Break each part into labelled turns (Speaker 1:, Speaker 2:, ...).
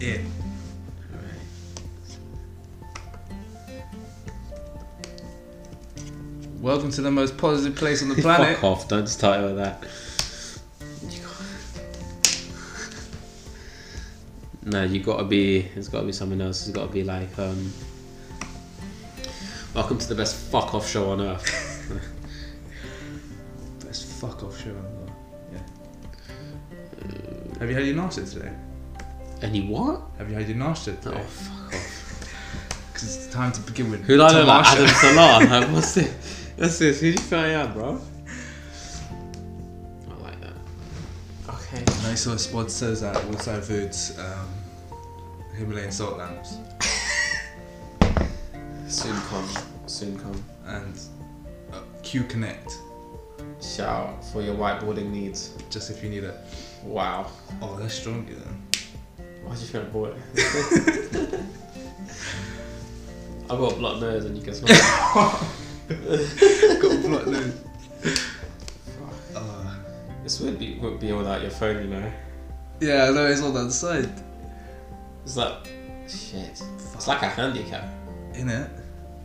Speaker 1: Yeah.
Speaker 2: Welcome to the most positive place on the planet.
Speaker 3: Fuck off, don't start with that. No, you gotta be. It's gotta be someone else. It's gotta be like. um Welcome to the best fuck off show on earth. best fuck off show on earth.
Speaker 2: Have you had your nasta today?
Speaker 3: Any what?
Speaker 2: Have you had your nasta
Speaker 3: Oh,
Speaker 2: today?
Speaker 3: fuck off.
Speaker 2: 'Cause it's time to begin with.
Speaker 3: Who do I know? Like
Speaker 2: Tamasha.
Speaker 3: Adam Salah. Like, what's this? What's this? Who do you think I am, bro? I like that. Okay.
Speaker 2: Nice source sponsors at Woodside Foods, um, Himalayan salt lamps,
Speaker 3: Soon come. Soon come.
Speaker 2: and uh, Q Connect,
Speaker 3: Shout out for your whiteboarding needs.
Speaker 2: just if you need it.
Speaker 3: Wow.
Speaker 2: Oh, that's strong, you know.
Speaker 3: Why did you feel bored? I've got a blocked nose and you can smell it.
Speaker 2: Got a block load. Uh,
Speaker 3: This would be would be without your phone, you know.
Speaker 2: yeah, I know it's all that side,
Speaker 3: It's like shit. It's like a handicap.
Speaker 2: innit?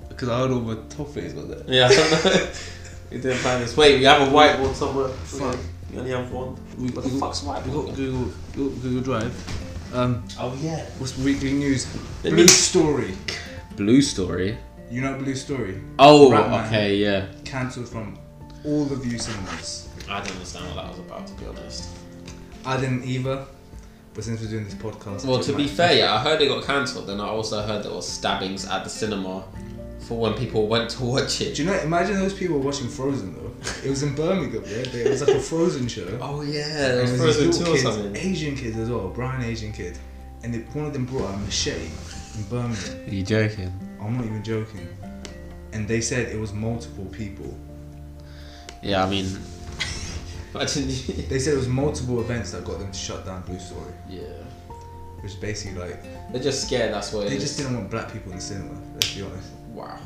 Speaker 2: Because I had all my toffees with it.
Speaker 3: Yeah. we didn't plan this. Wait, we have a whiteboard somewhere.
Speaker 2: Fuck.
Speaker 3: We only have one.
Speaker 2: We,
Speaker 3: What the
Speaker 2: we-
Speaker 3: fuck's
Speaker 2: we got
Speaker 3: whiteboard?
Speaker 2: Google, Google, Google Drive. Um,
Speaker 3: Oh yeah.
Speaker 2: what's weekly news?
Speaker 3: Let
Speaker 2: Blue
Speaker 3: me-
Speaker 2: Story.
Speaker 3: Blue story.
Speaker 2: You know Blue Story?
Speaker 3: Oh,
Speaker 2: Ratman.
Speaker 3: okay, yeah.
Speaker 2: Cancelled from all the view cinemas.
Speaker 3: I didn't understand what that was about, to be honest.
Speaker 2: I didn't either, but since we're doing this podcast.
Speaker 3: Well,
Speaker 2: it
Speaker 3: to be
Speaker 2: might-
Speaker 3: fair, yeah, I heard it got cancelled, and I also heard there was stabbings at the cinema for when people went to watch it.
Speaker 2: Do you know, imagine those people watching Frozen though. It was in Birmingham, yeah? But it was like a Frozen show.
Speaker 3: Oh yeah,
Speaker 2: And
Speaker 3: it was Frozen
Speaker 2: these
Speaker 3: Two
Speaker 2: little
Speaker 3: or
Speaker 2: kids,
Speaker 3: something.
Speaker 2: Asian kids as well, brown Asian kid. And it, one of them brought out a machete in Birmingham.
Speaker 3: Are you joking?
Speaker 2: I'm not even joking. And they said it was multiple people.
Speaker 3: Yeah, I mean, imagine. You...
Speaker 2: They said it was multiple events that got them to shut down Blue Story,
Speaker 3: Yeah,
Speaker 2: which is basically like
Speaker 3: they're just scared. That's what it
Speaker 2: they
Speaker 3: is.
Speaker 2: just didn't want black people in the cinema. Let's be honest.
Speaker 3: Wow.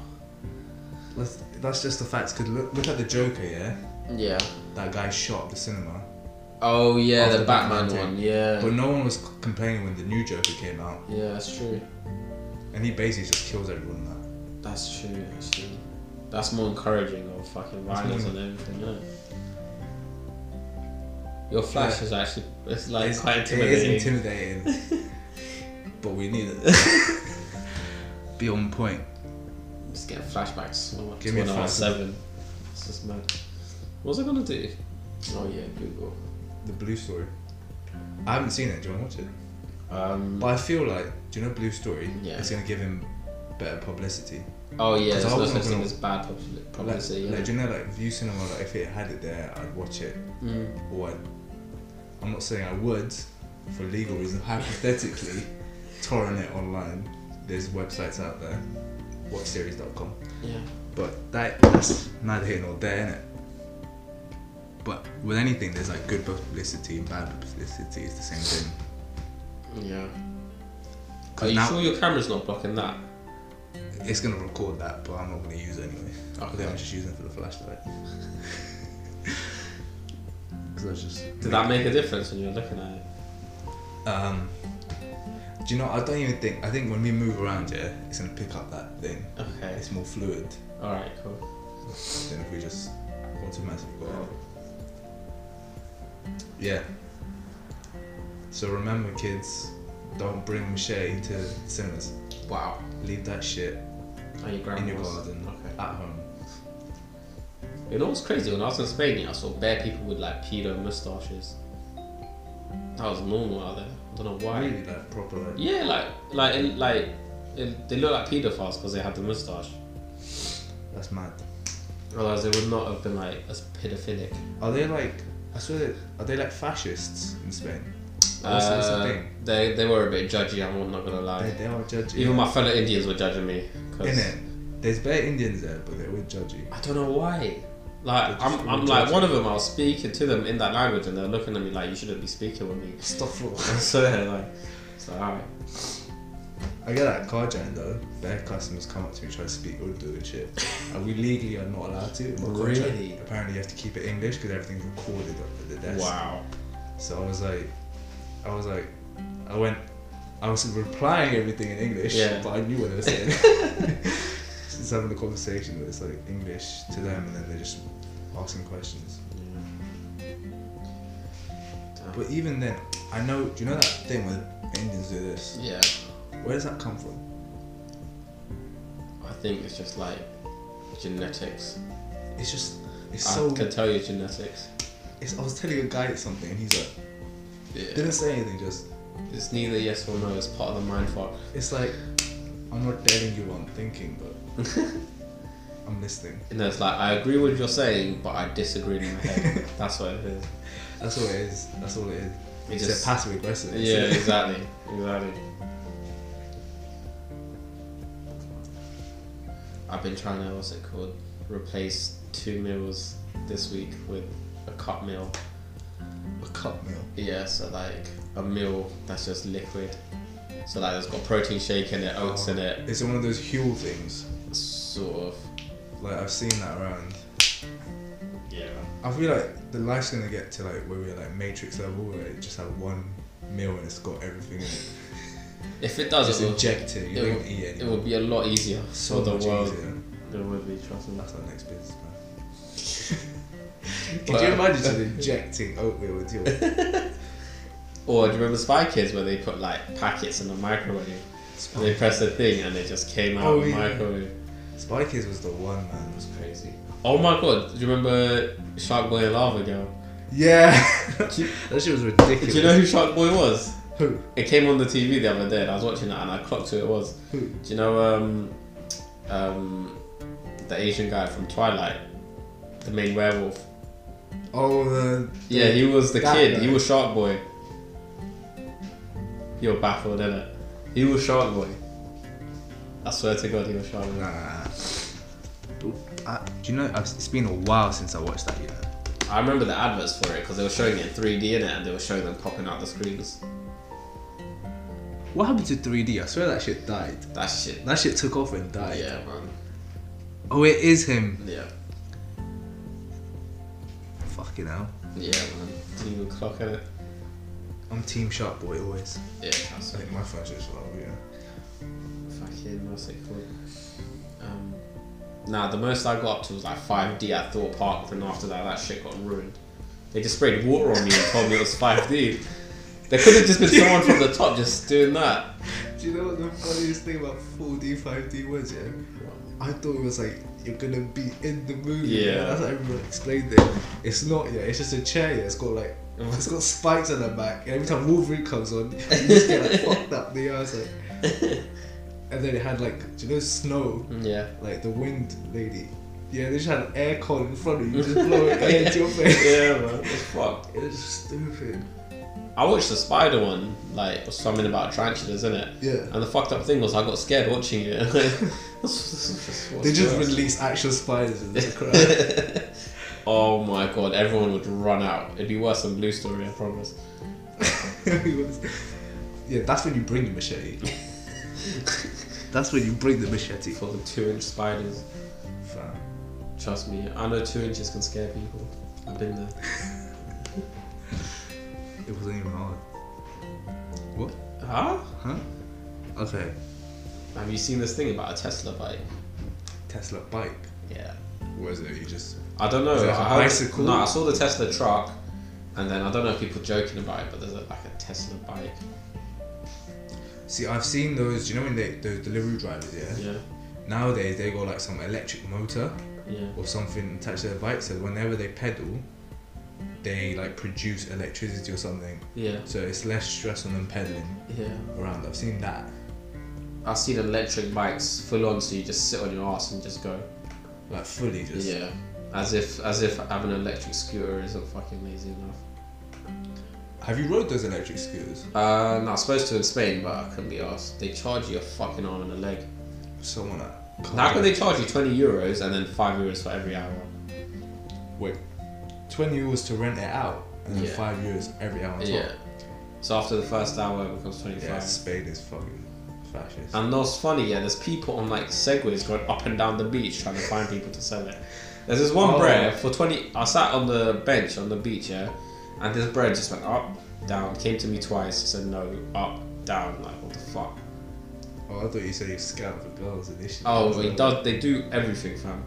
Speaker 2: Let's, that's just the facts. Cause look, look at the Joker, yeah.
Speaker 3: Yeah.
Speaker 2: That guy shot up the cinema.
Speaker 3: Oh yeah,
Speaker 2: After
Speaker 3: the Batman,
Speaker 2: Batman
Speaker 3: one. Yeah.
Speaker 2: But no one was c- complaining when the new Joker came out,
Speaker 3: Yeah, that's true.
Speaker 2: and he basically just kills everyone. That
Speaker 3: That's true. Actually, that's more encouraging of fucking
Speaker 2: That's
Speaker 3: violence
Speaker 2: more-
Speaker 3: and everything. Yeah. Your flash is actually it's like
Speaker 2: It's-
Speaker 3: quite
Speaker 2: It
Speaker 3: intimidating.
Speaker 2: is intimidating, but we need it. Be on point.
Speaker 3: Just getting flashbacks.
Speaker 2: Give
Speaker 3: Give
Speaker 2: me
Speaker 3: me
Speaker 2: a flashback.
Speaker 3: seven. It's just mad. What was I gonna do? Oh yeah, Google.
Speaker 2: The Blue Story. I haven't seen it. Do you want to watch it?
Speaker 3: Um,
Speaker 2: But I feel like, do you know Blue Story?
Speaker 3: Yeah.
Speaker 2: It's gonna give him better publicity.
Speaker 3: oh yeah,
Speaker 2: 'Cause
Speaker 3: there's
Speaker 2: I
Speaker 3: no
Speaker 2: wasn't
Speaker 3: such thing
Speaker 2: gonna-
Speaker 3: as bad pub- publicity.
Speaker 2: like,
Speaker 3: yeah.
Speaker 2: like, do you know, like, View Cinema, like, if it had it there, I'd watch it.
Speaker 3: Mm.
Speaker 2: Or I'd, I'm not saying I would, for legal reasons, hypothetically, torrent it online. There's websites out there, watchseries.com.
Speaker 3: Yeah.
Speaker 2: But that, that's neither here nor there, innit? But with anything, there's like good publicity and bad publicity, it's the same thing.
Speaker 3: Yeah.
Speaker 2: 'Cause
Speaker 3: Are you
Speaker 2: now-
Speaker 3: sure your camera's not blocking that?
Speaker 2: It's gonna record that, but I'm not gonna use it anyway. I think
Speaker 3: Okay.
Speaker 2: I'm just using it for the flashlight. Because I was just.
Speaker 3: Did that make a difference when you were looking at it?
Speaker 2: Um, do you know? I don't even think. I think when we move around, yeah, it's gonna pick up that thing.
Speaker 3: Okay.
Speaker 2: It's more fluid
Speaker 3: All right. Cool.
Speaker 2: than if we just automatically go out. Yeah. So remember, kids, don't bring machete to cinemas.
Speaker 3: Wow.
Speaker 2: Leave that shit
Speaker 3: Are you
Speaker 2: in your garden,
Speaker 3: Okay.
Speaker 2: at home.
Speaker 3: You know what's crazy? When I was in Spain, yeah, I saw bare people with like pedo mustaches. That was normal out there. I don't know why.
Speaker 2: Really, like proper. Like,
Speaker 3: Yeah, like like in, like in, they look like paedophiles because they had the mustache.
Speaker 2: that's mad.
Speaker 3: Otherwise, they would not have been like as paedophilic.
Speaker 2: Are they like? I swear, that, are they like fascists in Spain? What's, what's the
Speaker 3: Uh,
Speaker 2: thing?
Speaker 3: they they were a bit judgy. I'm not gonna
Speaker 2: They,
Speaker 3: lie.
Speaker 2: they are judgy.
Speaker 3: Even my fellow Indians were judging me.
Speaker 2: in
Speaker 3: 'cause
Speaker 2: it. There's bare Indians there, but they're all judgy.
Speaker 3: I don't know why. Like
Speaker 2: They just
Speaker 3: I'm,
Speaker 2: were
Speaker 3: I'm like
Speaker 2: judgy.
Speaker 3: one of them. I was speaking to them in that language, and they're looking at me like you shouldn't be speaking with me.
Speaker 2: Stop for.
Speaker 3: so they're like, it's like alright.
Speaker 2: I get that car jam though. Bare customers come up to me try to speak Urdu and shit, and we legally are not allowed to. in my contract.
Speaker 3: Really?
Speaker 2: Apparently, you have to keep it English because everything's recorded up at the desk.
Speaker 3: Wow.
Speaker 2: So I was like, I was like, I went I was replying everything in English,
Speaker 3: Yeah.
Speaker 2: but I knew what they were saying. just having a conversation that's like English to them, and then they're just asking questions. But even then, I know. Do you know that thing where Indians do this?
Speaker 3: yeah,
Speaker 2: Where does that come from?
Speaker 3: I think it's just like genetics.
Speaker 2: It's just. It's
Speaker 3: I
Speaker 2: so.
Speaker 3: can tell you genetics.
Speaker 2: It's, I was telling a guy something, and he's like,
Speaker 3: Yeah.
Speaker 2: didn't say anything. Just.
Speaker 3: It's neither yes or no. It's part of the mind fuck.
Speaker 2: It's like, I'm not telling you what I'm thinking, but I'm listening.
Speaker 3: And it's like I agree with what you're saying, but I disagree in my head. That's what it is.
Speaker 2: That's all it is. That's all it is.
Speaker 3: It
Speaker 2: It's
Speaker 3: just-
Speaker 2: a passive aggressive. isn't
Speaker 3: Yeah,
Speaker 2: it?
Speaker 3: exactly, exactly. I've been trying to what's it called? Replace two meals this week with a cup meal.
Speaker 2: A cup meal.
Speaker 3: Yeah, so like a meal that's just liquid. So like it's got protein shake in it, oats in it,
Speaker 2: It's one of those Huel things.
Speaker 3: sort of.
Speaker 2: Like I've seen that around.
Speaker 3: Yeah.
Speaker 2: I feel like the life's gonna get to like where we're like Matrix level, where it just have one meal and it's got everything in it.
Speaker 3: If it does,
Speaker 2: Just
Speaker 3: it will,
Speaker 2: inject it. You
Speaker 3: it
Speaker 2: don't
Speaker 3: will-
Speaker 2: eat
Speaker 3: it
Speaker 2: anything.
Speaker 3: will be a lot easier
Speaker 2: So
Speaker 3: for
Speaker 2: much
Speaker 3: the world.
Speaker 2: easier.
Speaker 3: There would be, trust me.
Speaker 2: That's our next business plan.
Speaker 3: But-
Speaker 2: Could
Speaker 3: uh,
Speaker 2: you imagine just injecting oatmeal into your
Speaker 3: Or do you remember Spy Kids where they put like packets in the microwave? They pressed the thing and it just came out
Speaker 2: Oh,
Speaker 3: of the
Speaker 2: yeah.
Speaker 3: microwave.
Speaker 2: Spy Kids was the one
Speaker 3: It
Speaker 2: man.
Speaker 3: was crazy. Oh my god, do you remember Shark Boy and Lava Girl?
Speaker 2: Yeah, that
Speaker 3: Do you,
Speaker 2: shit was
Speaker 3: do
Speaker 2: ridiculous.
Speaker 3: you know who Shark Boy was?
Speaker 2: who?
Speaker 3: It came on the TV the other day and I was watching that and I clocked who it was.
Speaker 2: Who?
Speaker 3: Do you know um, um, the Asian guy from Twilight? The main werewolf.
Speaker 2: Oh, the
Speaker 3: Yeah, he was the
Speaker 2: That
Speaker 3: kid.
Speaker 2: guy.
Speaker 3: He was Shark Boy. You're baffled, innit? He was Shark Boy. I swear to God, he was Shark Boy.
Speaker 2: Nah. Uh, I, do you know? I've, it's been a while since I watched that. You know.
Speaker 3: I remember the adverts for it because they were showing it in 3D in it, and they were showing them popping out the screens.
Speaker 2: What happened to 3D? I swear that shit died.
Speaker 3: That shit.
Speaker 2: That shit took off and died.
Speaker 3: Yeah, man.
Speaker 2: Oh, it is him.
Speaker 3: Yeah.
Speaker 2: Fucking hell.
Speaker 3: Yeah, man. Didn't even clock in it.
Speaker 2: I'm Team Sharp Boy always.
Speaker 3: Yeah, that's
Speaker 2: I think my phone's just low, yeah.
Speaker 3: fucking what's it called? Um, nah, the most I got up to was like 5D at Thorpe Park, and after that, that shit got ruined. They just sprayed water on me and told me it was 5D. There could have just been someone from the top just doing that.
Speaker 2: Do you know what the funniest thing about 4D, 5D was, yeah? I thought it was like, you're gonna be in the movie.
Speaker 3: Yeah.
Speaker 2: That's how everyone explained it. It's not, yeah, it's just a chair, yeah. It's got like, it's got spikes on the back. And every time Wolverine comes on, you just get like fucked up the ass. Like. And then it had like, do you know snow?
Speaker 3: Yeah.
Speaker 2: Like the wind lady. Yeah, they just had an aircon in front of you, just blowing air into your face.
Speaker 3: yeah, man. It's fucked.
Speaker 2: It was stupid.
Speaker 3: I watched the spider one, like was something about tarantulas, in it.
Speaker 2: Yeah.
Speaker 3: And the fucked up thing was, I got scared watching it. they
Speaker 2: They just release actual spiders in the crowd.
Speaker 3: oh my god! Everyone would run out. It'd be worse than Blue Story, I promise.
Speaker 2: yeah, that's when you bring the machete. that's when you bring the machete.
Speaker 3: For the two-inch spiders,
Speaker 2: Fam.
Speaker 3: trust me, I know two inches can scare people. I've been there.
Speaker 2: It wasn't even hard. What?
Speaker 3: Huh?
Speaker 2: Huh? Okay.
Speaker 3: Have you seen this thing about a Tesla bike?
Speaker 2: Tesla bike.
Speaker 3: Yeah.
Speaker 2: Or is it you just
Speaker 3: I don't know.
Speaker 2: Is it like a
Speaker 3: I heard-
Speaker 2: bicycle?
Speaker 3: No, I saw the Tesla truck, and then I don't know if people joking about it, but there's a, like a Tesla bike.
Speaker 2: See I've seen those, you know when they those delivery drivers, yeah?
Speaker 3: Yeah.
Speaker 2: Nowadays they got like some electric motor
Speaker 3: Yeah.
Speaker 2: or something attached to their bike so whenever they pedal they like produce electricity or something.
Speaker 3: Yeah.
Speaker 2: So it's less stress on them pedaling
Speaker 3: Yeah.
Speaker 2: around. I've seen that.
Speaker 3: I've seen electric bikes full on, so you just sit on your ass and just go.
Speaker 2: Like fully just
Speaker 3: Yeah. As if as if having an electric scooter isn't fucking lazy enough.
Speaker 2: Have you rode those electric scooters?
Speaker 3: Uh, no, I was supposed to in Spain, but I couldn't be asked. They charge you a fucking arm and a leg.
Speaker 2: Someone at
Speaker 3: How can they charge you twenty euros and then five euros for every hour?
Speaker 2: wait twenty euros to rent it out and then
Speaker 3: Yeah.
Speaker 2: five euros every hour on top.
Speaker 3: Yeah. So after the first hour, it becomes twenty
Speaker 2: Yeah,
Speaker 3: five.
Speaker 2: Spain is fucking fascist.
Speaker 3: And that's funny, yeah. There's people on like segways going up and down the beach trying to find people to sell it. There's this one
Speaker 2: Oh.
Speaker 3: bread for twenty. I sat on the bench on the beach, yeah, and this bread just went up, down, came to me twice, said no, up, down. Like what the fuck?
Speaker 2: Oh, I thought you said he was scouting for girls initially.
Speaker 3: Oh, but he does. They do everything, fam.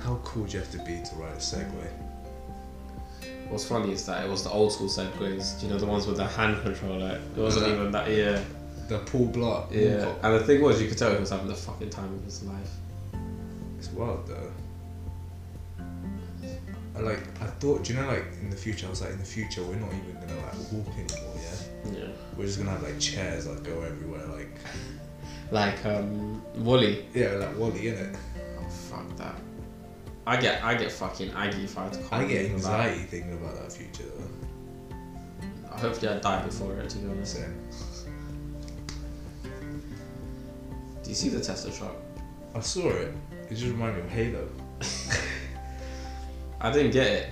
Speaker 2: How cool do you have to be to write a segue?
Speaker 3: What's funny is that it was the old school segways. Do you know the ones with the hand controller? It wasn't
Speaker 2: Yeah. Mm.
Speaker 3: even that. Yeah,
Speaker 2: The Paul Blart.
Speaker 3: yeah.
Speaker 2: Walcott.
Speaker 3: And the thing was, you could tell he was having the fucking time of his life.
Speaker 2: It's wild though. I like. I thought. Do you know like in the future? I was like, in the future, we're not even gonna like walk anymore. Yeah.
Speaker 3: Yeah.
Speaker 2: We're just gonna have like chairs like go everywhere. Like
Speaker 3: Like um, Wally.
Speaker 2: yeah, like Wally in it.
Speaker 3: Oh fuck that. I get I get fucking aggy if I had to.
Speaker 2: I
Speaker 3: comment
Speaker 2: get
Speaker 3: on that.
Speaker 2: anxiety thinking about that future. Though.
Speaker 3: Hopefully, I die before it. To be honest.
Speaker 2: Same.
Speaker 3: Do you see the Tesla truck?
Speaker 2: I saw it. It just reminded me of Halo.
Speaker 3: I didn't get it,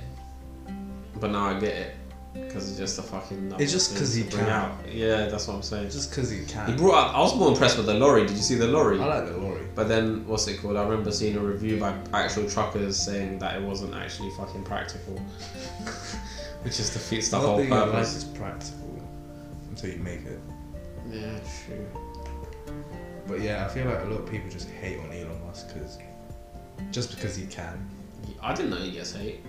Speaker 3: but now I get it because it's just a fucking.
Speaker 2: It's just
Speaker 3: thing
Speaker 2: 'cause he
Speaker 3: to bring
Speaker 2: can.
Speaker 3: out. Yeah, that's what I'm saying.
Speaker 2: Just because he can.
Speaker 3: He brought up. I was more impressed with the lorry. Did you see the lorry?
Speaker 2: I like the lorry.
Speaker 3: But then, what's it called? I remember seeing a review by actual truckers saying that it wasn't actually fucking practical, which just defeats the whole
Speaker 2: Nothing in life
Speaker 3: purpose.
Speaker 2: is practical until you make it.
Speaker 3: Yeah, true.
Speaker 2: But yeah, I feel like a lot of people just hate on Elon Musk because just because he can.
Speaker 3: I didn't know he gets hate.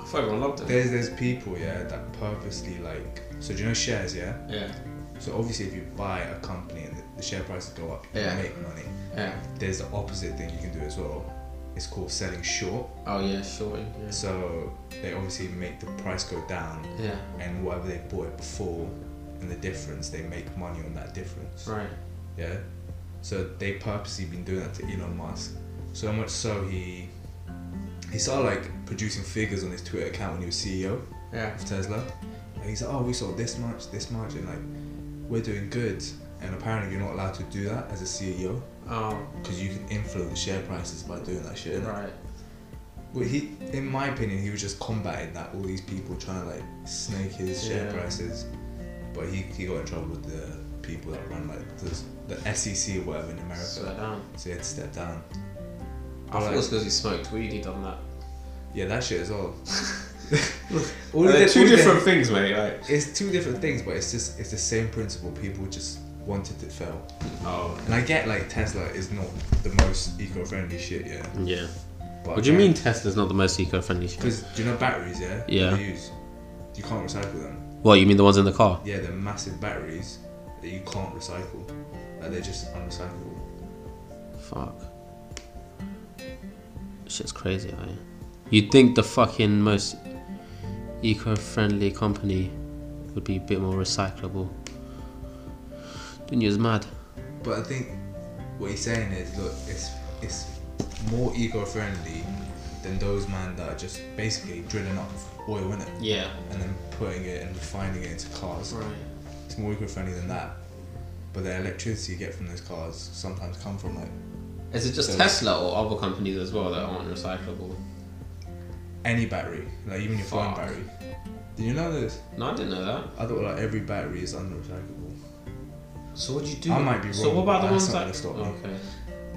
Speaker 3: I thought everyone loved him.
Speaker 2: There's there's people yeah that purposely like so do you know shares yeah
Speaker 3: Yeah,
Speaker 2: so obviously if you buy a company and the- the share prices go up you
Speaker 3: Yeah.
Speaker 2: make money.
Speaker 3: yeah.
Speaker 2: There's the opposite thing you can do as well. It's called selling short.
Speaker 3: Oh yeah, sure. Yeah.
Speaker 2: So they obviously make the price go down
Speaker 3: yeah.
Speaker 2: and whatever they bought it before and the difference they make money on that difference.
Speaker 3: Right.
Speaker 2: Yeah. So they purposely been doing that to Elon Musk. So much so he he started like producing figures on his Twitter account when he was E CEO
Speaker 3: Yeah.
Speaker 2: of Tesla. And he's like, Oh, we sold this much, this much and like we're doing good and apparently you're not allowed to do that as a CEO
Speaker 3: Oh
Speaker 2: because you can influence share prices by doing that shit.
Speaker 3: right.
Speaker 2: But he, in my opinion, he was just combating that all these people trying to like snake his share
Speaker 3: Yeah.
Speaker 2: prices. But he, he got in trouble with the people that run like the, the SEC or whatever in America.
Speaker 3: Slow
Speaker 2: So,
Speaker 3: down.
Speaker 2: he had to step down.
Speaker 3: I thought it
Speaker 2: Like-
Speaker 3: was because he smoked weed. He done that.
Speaker 2: Yeah, that shit as well. all
Speaker 3: Well,
Speaker 2: he
Speaker 3: they're
Speaker 2: did- all
Speaker 3: two
Speaker 2: he did-
Speaker 3: different things, mate. Like,
Speaker 2: It's two different things, but it's just it's the same principle. People just wanted to fail.
Speaker 3: oh
Speaker 2: And I get like Tesla is not the most eco-friendly shit, yeah.
Speaker 3: yeah.
Speaker 2: But
Speaker 3: What do you mean Tesla's not the most eco-friendly shit?
Speaker 2: Because do you know batteries, yeah?
Speaker 3: Yeah.
Speaker 2: They use, you can't recycle them.
Speaker 3: What you mean the ones in the car?
Speaker 2: yeah, they're massive batteries that you can't recycle. Like they're just unrecyclable.
Speaker 1: Fuck. Shit's crazy out here. You'd think the fucking most eco friendly company would be a bit more recyclable. Dunya's mad.
Speaker 2: But I think what he's saying is, look, it's it's more eco-friendly than those man that are just basically drilling up oil in it
Speaker 3: Yeah.
Speaker 2: and then putting it and refining it into cars.
Speaker 3: Right.
Speaker 2: It's more eco-friendly than that. But the electricity you get from those cars sometimes come from like
Speaker 3: Is it just
Speaker 2: So-
Speaker 3: Tesla or other companies as well that aren't recyclable?
Speaker 2: any battery, like even your phone
Speaker 3: Fuck.
Speaker 2: battery. Did you know this?
Speaker 3: No, I didn't know that.
Speaker 2: I thought like every battery is unrecyclable.
Speaker 3: So what do you do?
Speaker 2: I might be
Speaker 3: So
Speaker 2: wrong,
Speaker 3: what about
Speaker 2: but
Speaker 3: the ones
Speaker 2: that's
Speaker 3: that?
Speaker 2: not gonna
Speaker 3: okay.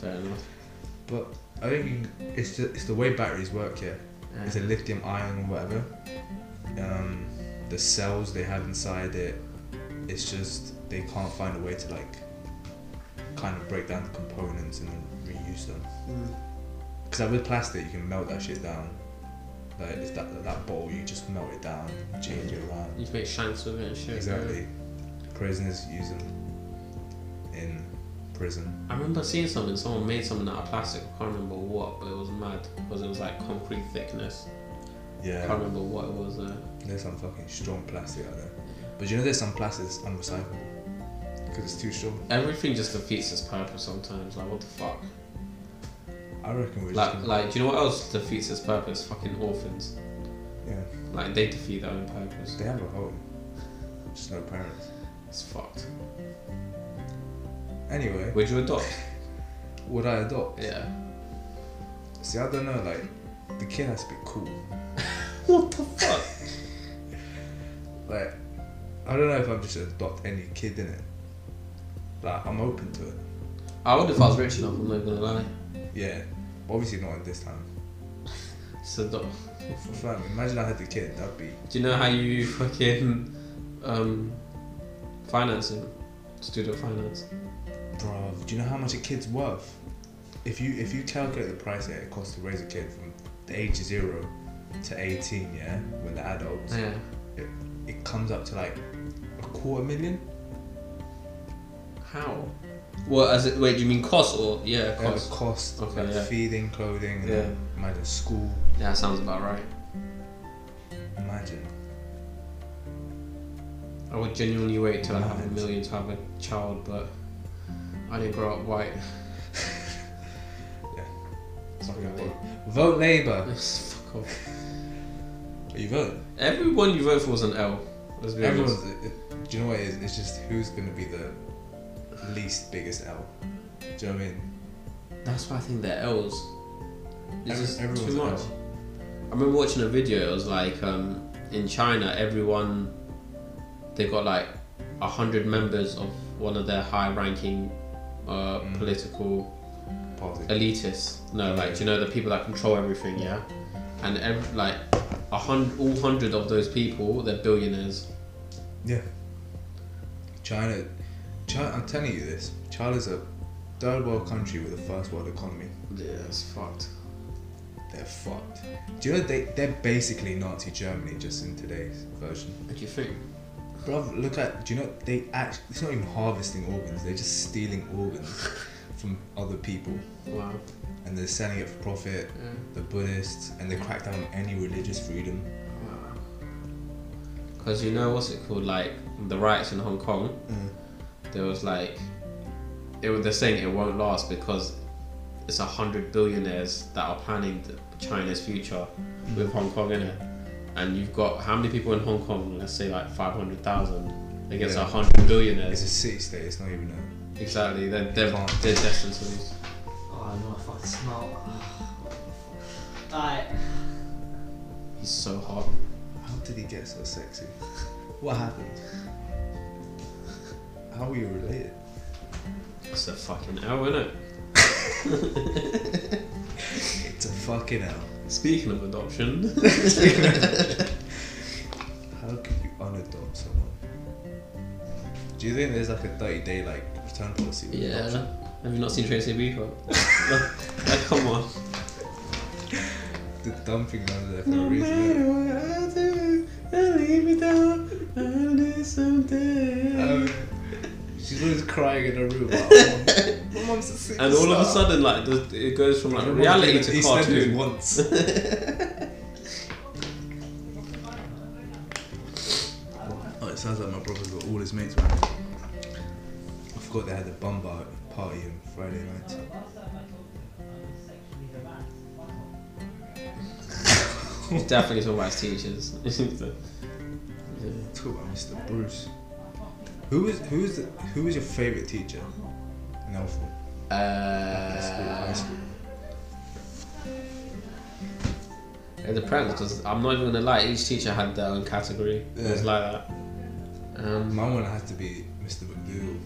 Speaker 3: Fair enough.
Speaker 2: But I think you, it's the, it's the way batteries work here. It's a lithium ion or whatever. Um, the cells they have inside it, it's just they can't find a way to like kind of break down the components and then reuse them. Because like with plastic, you can melt that shit down. Like it's that that bottle, you just melt it down, change it around.
Speaker 3: You can make shanks with it and shit.
Speaker 2: Exactly. Prisoners use them in prison.
Speaker 3: I remember seeing something. Someone made something out of plastic. I can't remember what, but it was mad because it was like concrete thickness. I
Speaker 2: Yeah,
Speaker 3: can't remember what it was. Uh,
Speaker 2: there's some fucking strong plastic out there. But you know, there's some plastic that's unrecyclable because it's too strong.
Speaker 3: everything just defeats its purpose sometimes. Like what the fuck?
Speaker 2: I reckon we're just
Speaker 3: Like,
Speaker 2: gonna-
Speaker 3: like, do you know what else defeats its purpose? Fucking orphans.
Speaker 2: yeah.
Speaker 3: Like they defeat their own purpose.
Speaker 2: They have a home, just no parents.
Speaker 3: It's fucked.
Speaker 2: Anyway,
Speaker 3: Would you adopt?
Speaker 2: would I adopt?
Speaker 3: Yeah.
Speaker 2: See, I don't know. Like, the kid has to be cool.
Speaker 3: What the fuck?
Speaker 2: Like, I don't know if I'm just gonna adopt any kid in it. Like, I'm open to it.
Speaker 3: I would if I was rich enough. I'm not gonna lie.
Speaker 2: Yeah, but obviously not in this time.
Speaker 3: So do
Speaker 2: For fun, imagine I had the kid. That'd be
Speaker 3: do you know how you fucking um, Financing. Student finance.
Speaker 2: Bro, do you know how much a kid's worth? If you if you calculate the price that it costs to raise a kid from the age of zero to eighteen, yeah, when they're adults,
Speaker 3: Yeah.
Speaker 2: it comes up to like a quarter million.
Speaker 3: How? Well, as it, wait, do you mean cost or yeah,
Speaker 2: Uh, the
Speaker 3: cost?
Speaker 2: cost of
Speaker 3: Okay,
Speaker 2: like
Speaker 3: yeah.
Speaker 2: feeding, clothing, and
Speaker 3: Yeah.
Speaker 2: then imagine school,
Speaker 3: Yeah, sounds about right.
Speaker 2: imagine.
Speaker 3: I would genuinely wait till I have a
Speaker 2: Mad.
Speaker 3: million to have a child, but I didn't grow up white.
Speaker 2: It's not gonna
Speaker 3: Really?
Speaker 2: work. Vote Labour.
Speaker 3: Fuck off.
Speaker 2: Are you voting?
Speaker 3: Everyone you vote for is an L. Let's be honest.
Speaker 2: Everyone's. It, it- do you know what it is? It's just who's gonna be the least biggest L. Do you know what I mean?
Speaker 3: That's why I think they're L's. It's
Speaker 2: Every-
Speaker 3: just
Speaker 2: everyone's
Speaker 3: too
Speaker 2: an
Speaker 3: much.
Speaker 2: L.
Speaker 3: I remember watching a video. It was like um, in China, everyone they've got like a hundred members of one of their high-ranking uh,
Speaker 2: Mm.
Speaker 3: political
Speaker 2: Party.
Speaker 3: elitists. No, like do you know the people that control everything, yeah. And every, like a hundred, all hundred of those people, they're billionaires.
Speaker 2: Yeah. China, China. I'm telling you this. China's a third world country with a first world economy.
Speaker 3: Yeah, it's fucked.
Speaker 2: They're fucked. Do you know they they're basically Nazi Germany just in today's version.
Speaker 3: What do you think?
Speaker 2: Bruv, look at. Do you know they act? It's not even harvesting organs. They're just stealing organs from other people,
Speaker 3: Wow.
Speaker 2: and they're selling it for profit.
Speaker 3: Yeah.
Speaker 2: The Buddhists, and they crack down on any religious freedom.
Speaker 3: Because you know what's it called? Like the riots in Hong Kong,
Speaker 2: Mm.
Speaker 3: there was like, it, was- they're saying it won't last because it's a hundred billionaires that are planning the, China's future
Speaker 2: Mm.
Speaker 3: with Hong Kong in it. And you've got how many people in Hong Kong? Let's say like five hundred thousand against a
Speaker 2: Yeah.
Speaker 3: hundred billionaires.
Speaker 2: It's a city state. It's not even a.
Speaker 3: Exactly. They're they're,
Speaker 2: Can't.
Speaker 3: they're destined to lose.
Speaker 4: Oh no, I fucking smell. Alright.
Speaker 3: He's so hot.
Speaker 2: How did he get so sexy? What happened? How are you related?
Speaker 3: It's a fucking L, isn't it?
Speaker 2: It's a fucking hell.
Speaker 3: Speaking of adoption.
Speaker 2: How could you unadopt someone? Do you think there's like a 30 day like return policy? with adoption?
Speaker 3: Yeah. Have you not seen Tracy Beaker? like, come on.
Speaker 2: The dumping under there for a reason.
Speaker 3: what I do, I leave it all. I'll do something.
Speaker 2: Um, she's always crying in her room. Like, oh, my mom's a
Speaker 3: and all of a
Speaker 2: superstar."
Speaker 3: sudden, like, the, it goes from like
Speaker 2: Everyone's
Speaker 3: reality
Speaker 2: been
Speaker 3: to
Speaker 2: at EastEnders
Speaker 3: cartoon.
Speaker 2: once. oh, it sounds like my brother's got all his mates around. I forgot they had a bum bar party on Friday night.
Speaker 3: It's Definitely talking about his teachers. yeah.
Speaker 2: Talk about Mr. Bruce. Who was who was the, who was your favorite teacher in Alpha? At school, high
Speaker 3: Uh,
Speaker 2: school.
Speaker 3: it depends because I'm not even gonna lie. Each teacher had their own category. It was
Speaker 2: Yeah.
Speaker 3: like that. Um,
Speaker 2: My one had to be Mr. McDougall.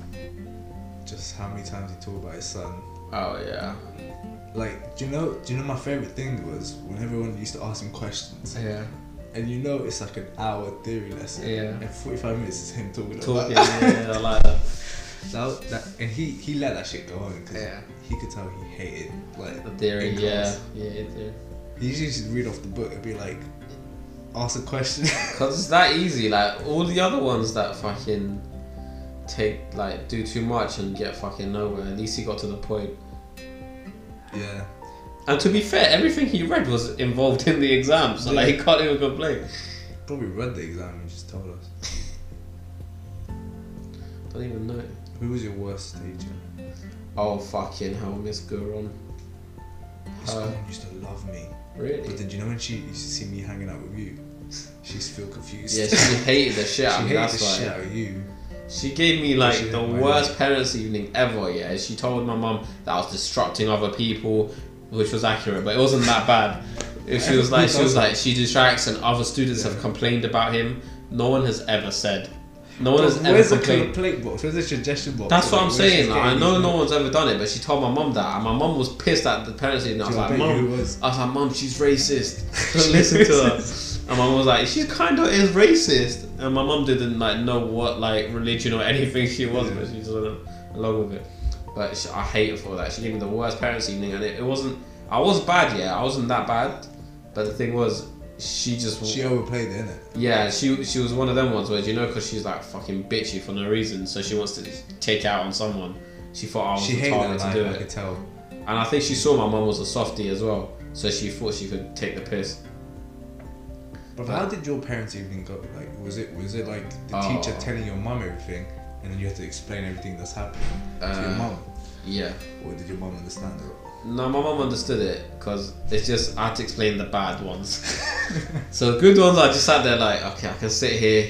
Speaker 2: Just how many times he talked about his son.
Speaker 3: oh yeah,
Speaker 2: Like, do you know? Do you know my favorite thing was when everyone used to ask him questions,
Speaker 3: yeah,
Speaker 2: and you know it's like an hour theory lesson,
Speaker 3: Yeah.
Speaker 2: and forty-five minutes is him talking. about
Speaker 3: talking, yeah, like that.
Speaker 2: that, that, and he he let that shit go on because
Speaker 3: Yeah.
Speaker 2: he could tell he hated like
Speaker 3: The theory,
Speaker 2: in
Speaker 3: yeah,
Speaker 2: class.
Speaker 3: yeah, it did.
Speaker 2: He usually just read off the book and be like, ask a question.
Speaker 3: Cause it's that easy. Like all the other ones that fucking take like do too much and get fucking nowhere. At least he got to the point.
Speaker 2: yeah.
Speaker 3: And to be fair, everything he read was involved in the exam, so like he can't even complain.
Speaker 2: Probably read the exam and just told us.
Speaker 3: Don't even know.
Speaker 2: Who was your worst teacher?
Speaker 3: Oh fucking hell, Miss Guron.
Speaker 2: This
Speaker 3: Uh,
Speaker 2: woman used to love me. But
Speaker 3: Really?
Speaker 2: then, do you know when she used to see me hanging out with you? She's feel confused.
Speaker 3: Yeah, she hated the shit
Speaker 2: She
Speaker 3: out of me.
Speaker 2: hated the
Speaker 3: That's why.
Speaker 2: shit out of you.
Speaker 3: She gave me
Speaker 2: She
Speaker 3: like the
Speaker 2: didn't mind
Speaker 3: worst parents' evening ever. Yeah, she told my mum that I was disrupting other people, which was accurate, but it wasn't that bad. If she was like, she was like, she distracts, and other students have complained about him. No one has ever said. No one has ever
Speaker 2: Where's the colour
Speaker 3: complained.
Speaker 2: plate box? Where's the suggestion box?
Speaker 3: That's what
Speaker 2: Like,
Speaker 3: I'm
Speaker 2: where
Speaker 3: saying.
Speaker 2: she's
Speaker 3: Like, I
Speaker 2: getting
Speaker 3: know
Speaker 2: these
Speaker 3: no one's ever done it, but she told my mum that, and my mum was pissed at the parents' evening. I was
Speaker 2: Dude, I
Speaker 3: like,
Speaker 2: bet you
Speaker 3: mum,
Speaker 2: was.
Speaker 3: I was like, mum, she's racist. Don't listen to her. And my mum was like, she kind of is racist. And and my mum didn't like know what like religion or anything she was,
Speaker 2: Yeah.
Speaker 3: but she just went along with it. But she, I hate her for that. She gave me the worst parents' evening, and it, it wasn't. I was bad, yeah. I wasn't that bad, but the thing was, she just
Speaker 2: She overplayed it, innit?
Speaker 3: yeah, she she was one of them ones where you know because she's like fucking bitchy for no reason, so she wants to take out on someone. She thought I was
Speaker 2: She
Speaker 3: the
Speaker 2: hated that
Speaker 3: target to do
Speaker 2: life, I
Speaker 3: it,
Speaker 2: could tell.
Speaker 3: and I think she saw my mum was a softie as well, so she thought she could take the piss.
Speaker 2: But how did your parents' evening go? Like, was it was it like the
Speaker 3: Oh.
Speaker 2: teacher telling your mum everything, and then you had to explain everything that's happening to your
Speaker 3: Uh,
Speaker 2: mum,
Speaker 3: Yeah.
Speaker 2: or did your mum understand it?
Speaker 3: No, my mum understood it because it's just I had to explain the bad ones. so the good ones, I just sat there like, okay, I can sit here.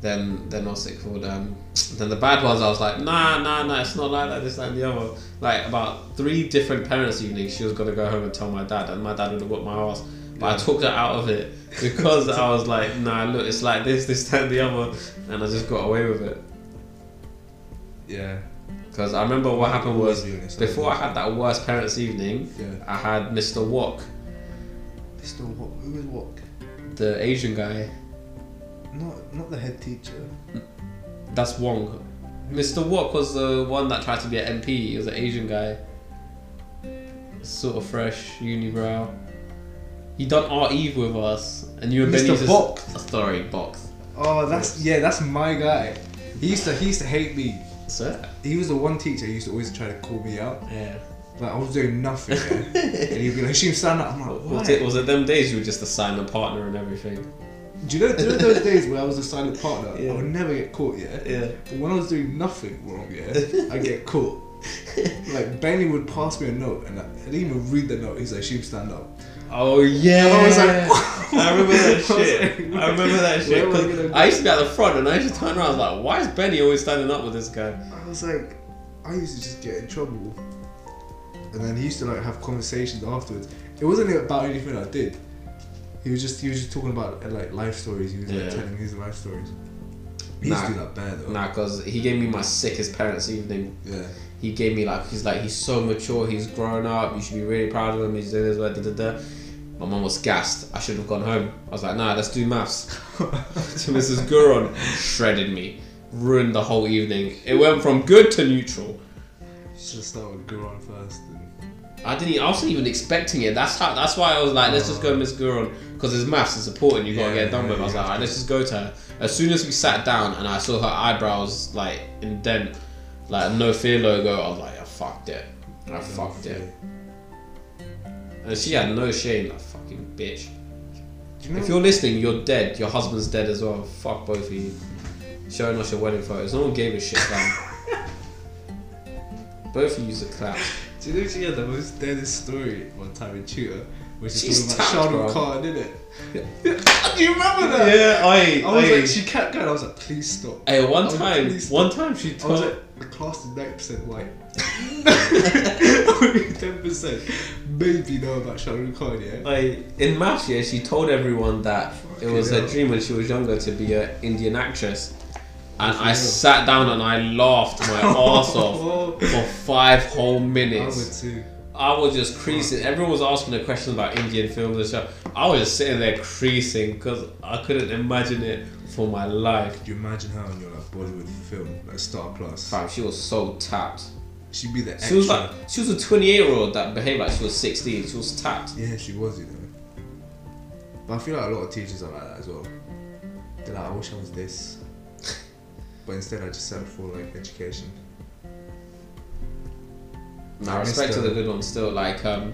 Speaker 3: Then, then what's it called? Um, then the bad ones, I was like, nah, nah, nah, it's not like that. This, that, and the other. Like about three different parents' evenings, she was gonna go home and tell my dad, and my dad would have whooped my ass. But I took her out of it because I was like, nah, look, it's like this, this, that, and the other, and I just got away with it.
Speaker 2: Yeah.
Speaker 3: Because I remember what happened was
Speaker 2: Be honest, I
Speaker 3: before I
Speaker 2: don't
Speaker 3: had that worst parents' evening,
Speaker 2: Yeah.
Speaker 3: I had Mr. Walk.
Speaker 2: Mr. Walk, who was Walk?
Speaker 3: the Asian guy.
Speaker 2: Not not the head teacher.
Speaker 3: That's Wong. Mr. Wok was the one that tried to be an MP. He was an Asian guy. Sort of fresh, unibrow. He done Art Eve with us, and you and Benny.
Speaker 2: Mr.
Speaker 3: just-
Speaker 2: Bok.
Speaker 3: Oh, sorry, Box.
Speaker 2: Oh, that's yeah, that's my guy. He used to he used to hate me.
Speaker 3: Sir.
Speaker 2: He was the one teacher who used to always try to call me out.
Speaker 3: Yeah.
Speaker 2: Like I was doing nothing, yeah. and he'd be like, "Sheem, stand up." I'm like,
Speaker 3: Was
Speaker 2: "What?"
Speaker 3: it, was it them days you were just a silent partner and everything?
Speaker 2: Do you know, do you know those days where I was a silent partner?
Speaker 3: Yeah.
Speaker 2: I would never get caught, yeah?
Speaker 3: Yeah.
Speaker 2: But when I was doing nothing wrong, yeah, I'd get caught. Like, Benny would pass me a note and I, I didn't even read the note. He's like, she'd stand up.
Speaker 3: Oh yeah.
Speaker 2: And I was like,
Speaker 3: I remember that
Speaker 2: I was
Speaker 3: shit.
Speaker 2: like,
Speaker 3: I remember that
Speaker 2: where
Speaker 3: shit.
Speaker 2: am I
Speaker 3: 'cause
Speaker 2: gonna go?
Speaker 3: I used to be at the front and I used to turn around. I was like, why is Benny always standing up with this guy?
Speaker 2: I was like, I used to just get in trouble. And then he used to like have conversations afterwards. It wasn't about anything I did. He was just he was just talking about uh, like life stories. He was
Speaker 3: Yeah.
Speaker 2: like telling his life stories. He used
Speaker 3: Nah.
Speaker 2: to do that bad though.
Speaker 3: Nah, cause he gave me my sickest parents' evening.
Speaker 2: Yeah.
Speaker 3: He gave me like he's like he's so mature, he's grown up. You should be really proud of him. He's doing this, blah, da da da. My mum was gassed. I should have gone home. I was like, nah, let's do maths. to Mrs. Guron, shredded me, ruined the whole evening. It went from good to neutral.
Speaker 2: Should have started with Goron first. And...
Speaker 3: I didn't. I wasn't even expecting it. That's how. That's why I was like, let's just go, Miss Guron, because there's maths, it's important. You gotta
Speaker 2: Yeah,
Speaker 3: get it done
Speaker 2: yeah,
Speaker 3: with. I was
Speaker 2: you
Speaker 3: like,
Speaker 2: have
Speaker 3: Alright, let's just go to her. As soon as we sat down and I saw her eyebrows like indent, like no fear logo, I was like, I fucked it. I fucked it. And she had no shame. That fucking bitch.
Speaker 2: Do you know
Speaker 3: If you're listening, you're dead. Your husband's dead as well. Fuck both of you. Showing us your wedding photos. No one gave a shit, man. both of you's a clap.
Speaker 2: Do you know she had the most deadest story one time in Tutor, which
Speaker 3: She's
Speaker 2: is
Speaker 3: tapped,
Speaker 2: talking about Sheldon
Speaker 3: bro.
Speaker 2: Carr, didn't it? Do you remember that?
Speaker 3: Yeah, I.
Speaker 2: I was like, she kept going. I was like, please stop.
Speaker 3: Hey, one
Speaker 2: I was
Speaker 3: time,
Speaker 2: really stuck.
Speaker 3: one time she
Speaker 2: I Oh, was
Speaker 3: told.
Speaker 2: like, the class is ninety percent white. Only ten percent maybe know about Sheldon Carr, yeah.
Speaker 3: Like in maths, yeah, she told everyone that it
Speaker 2: Fucking
Speaker 3: was her
Speaker 2: hell.
Speaker 3: dream when she was younger to be an Indian actress, and
Speaker 2: Fucking
Speaker 3: I
Speaker 2: hell.
Speaker 3: sat down and I laughed my ass off
Speaker 2: Oh,
Speaker 3: for five whole
Speaker 2: I
Speaker 3: minutes.
Speaker 2: would too.
Speaker 3: I was just creasing. Everyone was asking the questions about Indian films and stuff. I was just sitting there creasing because I couldn't imagine it for my life.
Speaker 2: Could you imagine her on your like Bollywood film, like Star Plus?
Speaker 3: Fam, she was so tapped.
Speaker 2: She'd be the extra.
Speaker 3: She was like, she was a 28 year old that behaved like she was 16. She was tapped.
Speaker 2: Yeah, she was, you know. But I feel like a lot of teachers are like that as well. They're like, I wish I was this. but instead, I just settled for like education.
Speaker 3: No,
Speaker 2: I
Speaker 3: respect
Speaker 2: missed
Speaker 3: to
Speaker 2: her.
Speaker 3: the good ones still. Like, um,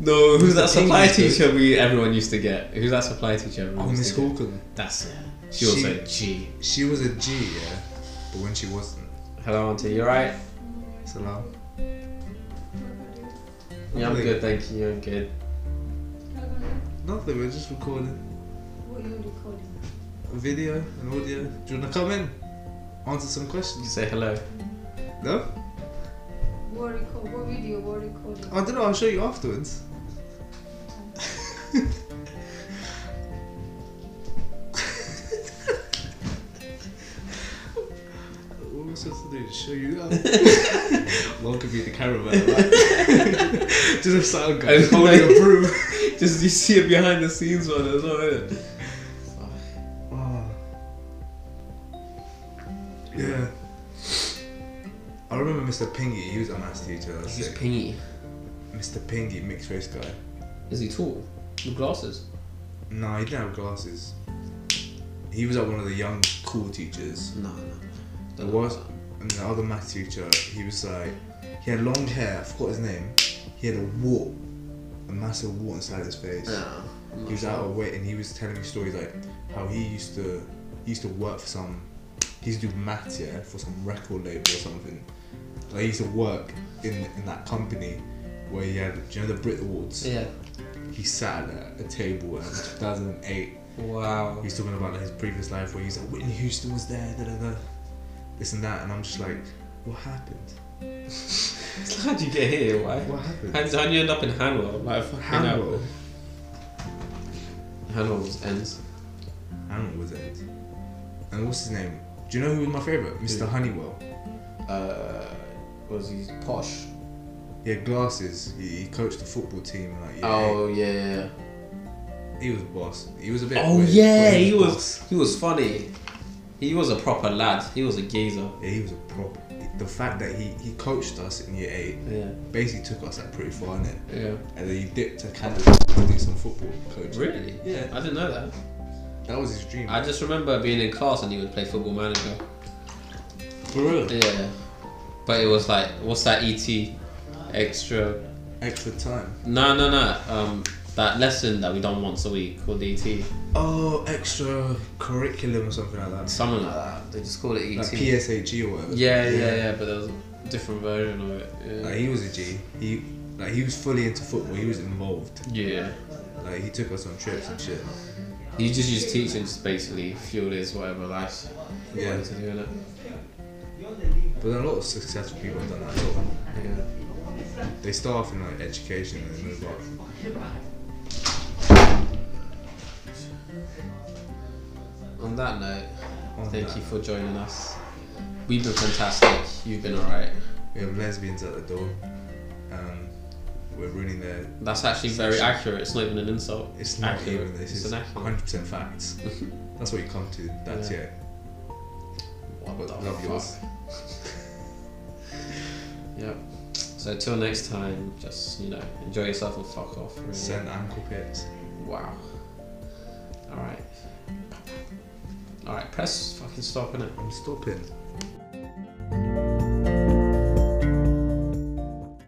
Speaker 3: no, who's that supply
Speaker 2: English dude.
Speaker 3: teacher we everyone used to get? Who's that supply teacher? Everyone
Speaker 2: Oh,
Speaker 3: used
Speaker 2: Miss
Speaker 3: to get?
Speaker 2: Hawken.
Speaker 3: That's it. She was
Speaker 2: She-
Speaker 3: a G.
Speaker 2: She was a G, yeah. But when she wasn't,
Speaker 3: Hello, auntie. You alright?
Speaker 2: Salam.
Speaker 3: Yeah, I'm
Speaker 2: Lovely.
Speaker 3: good. Thank you. I'm good.
Speaker 2: Nothing, we're just recording
Speaker 4: What are you recording?
Speaker 2: a video and audio. Do you want to come in? Answer some
Speaker 3: You
Speaker 2: questions.
Speaker 3: say hello.
Speaker 2: No?
Speaker 4: What record? What video? What recording?
Speaker 2: I don't know, I'll show you afterwards. What am I supposed to do? Just show you that? Welcome you to caravan. Like. Just a sound guy
Speaker 3: And
Speaker 2: holding a
Speaker 3: like-
Speaker 2: broom.
Speaker 3: Just you see it behind the scenes one as well. innit?
Speaker 2: Oh, Yeah. I remember Mr. Pingy, he was a maths teacher. That's
Speaker 1: He's
Speaker 2: sick.
Speaker 1: pingy.
Speaker 2: Mr. Pingy, mixed race guy.
Speaker 3: Is he tall? With glasses?
Speaker 2: No, he didn't have glasses. He was like one of the young cool teachers.
Speaker 3: No, no.
Speaker 2: It was, and the other math teacher, he was like, he had long hair. I forgot his name. He had a wart, a massive wart inside his face.
Speaker 3: No. I'm
Speaker 2: He
Speaker 3: not
Speaker 2: was out
Speaker 3: sure.
Speaker 2: of weight, and he was telling me stories like how he used to, he used to work for some, he used to do maths yeah for some record label or something. Like he used to work in in that company where he had, do you know, the Brit Awards.
Speaker 3: Yeah.
Speaker 2: He sat at a table in 2008.
Speaker 4: Wow.
Speaker 2: He's talking about his previous life where he's like Whitney Houston was there, da da da, this and that, and I'm just like, what happened?
Speaker 3: How'd you get here? Why?
Speaker 2: What happened?
Speaker 3: How'd how'd you end up in Hanwell? Like, fucking hell.
Speaker 2: Hannibal.
Speaker 3: Hanwell was ends.
Speaker 2: Hannibal was it? And what's his name? Do you know who was my favorite? Mr.
Speaker 3: Who?
Speaker 2: Honeywell.
Speaker 3: Uh, was he posh?
Speaker 2: He had glasses. He, he coached the football team. in, Like, year
Speaker 3: Oh yeah, yeah. yeah.
Speaker 2: eight. he was boss. He was a bit.
Speaker 3: Oh
Speaker 2: weird,
Speaker 3: yeah,
Speaker 2: but
Speaker 3: he
Speaker 2: boss.
Speaker 3: was he was funny. He was a proper lad. He was a geezer.
Speaker 2: Yeah, he was a prop. The fact that he he coached us in year eight
Speaker 3: Yeah,
Speaker 2: basically took us like pretty far in it,
Speaker 3: yeah.
Speaker 2: and then he dipped to Canada to do some football coaching.
Speaker 3: Really?
Speaker 2: Yeah.
Speaker 3: I didn't know that.
Speaker 2: That was his dream.
Speaker 3: I just remember being in class and he would play football manager.
Speaker 2: For real.
Speaker 3: Yeah. But it was like, what's that ET extra?
Speaker 2: Extra time.
Speaker 3: No, no, no. Um, that lesson that we done once a week called E ET.
Speaker 2: Oh, extra curriculum or something like that.
Speaker 3: Something like that. They just call it E ET.
Speaker 2: Like PSHE or whatever.
Speaker 3: yeah, yeah, yeah. But there was a different version of it. Yeah.
Speaker 2: Like he was a G. He like he was fully into football. He was involved.
Speaker 3: yeah.
Speaker 2: Like he took us on trips and shit.
Speaker 3: He just used teaching to basically fuel his whatever life. he
Speaker 2: Yeah.
Speaker 3: wanted To do, innit?
Speaker 2: But then a lot of successful people have done that. Sort of,
Speaker 3: Yeah.
Speaker 2: they start off in like education and they move up.
Speaker 3: On that note,
Speaker 2: On
Speaker 3: thank
Speaker 2: that.
Speaker 3: you for joining us. We've been fantastic. You've been alright.
Speaker 2: We have lesbians at the door. Um, we're ruining their.
Speaker 3: That's actually very accurate. It's not even an insult.
Speaker 2: It's not
Speaker 3: accurate.
Speaker 2: even this.
Speaker 3: It's
Speaker 2: is
Speaker 3: an accurate.
Speaker 2: 100% facts. That's what you come to. That's
Speaker 3: Yeah.
Speaker 2: it.
Speaker 3: What
Speaker 2: But
Speaker 3: the
Speaker 2: love
Speaker 3: fuck?
Speaker 2: yours.
Speaker 3: Yep. So till next time, just you know, enjoy yourself and fuck off. Really.
Speaker 2: Send ankle pits.
Speaker 3: Wow. All right. All right. Press fucking stop in it.
Speaker 2: I'm stopping.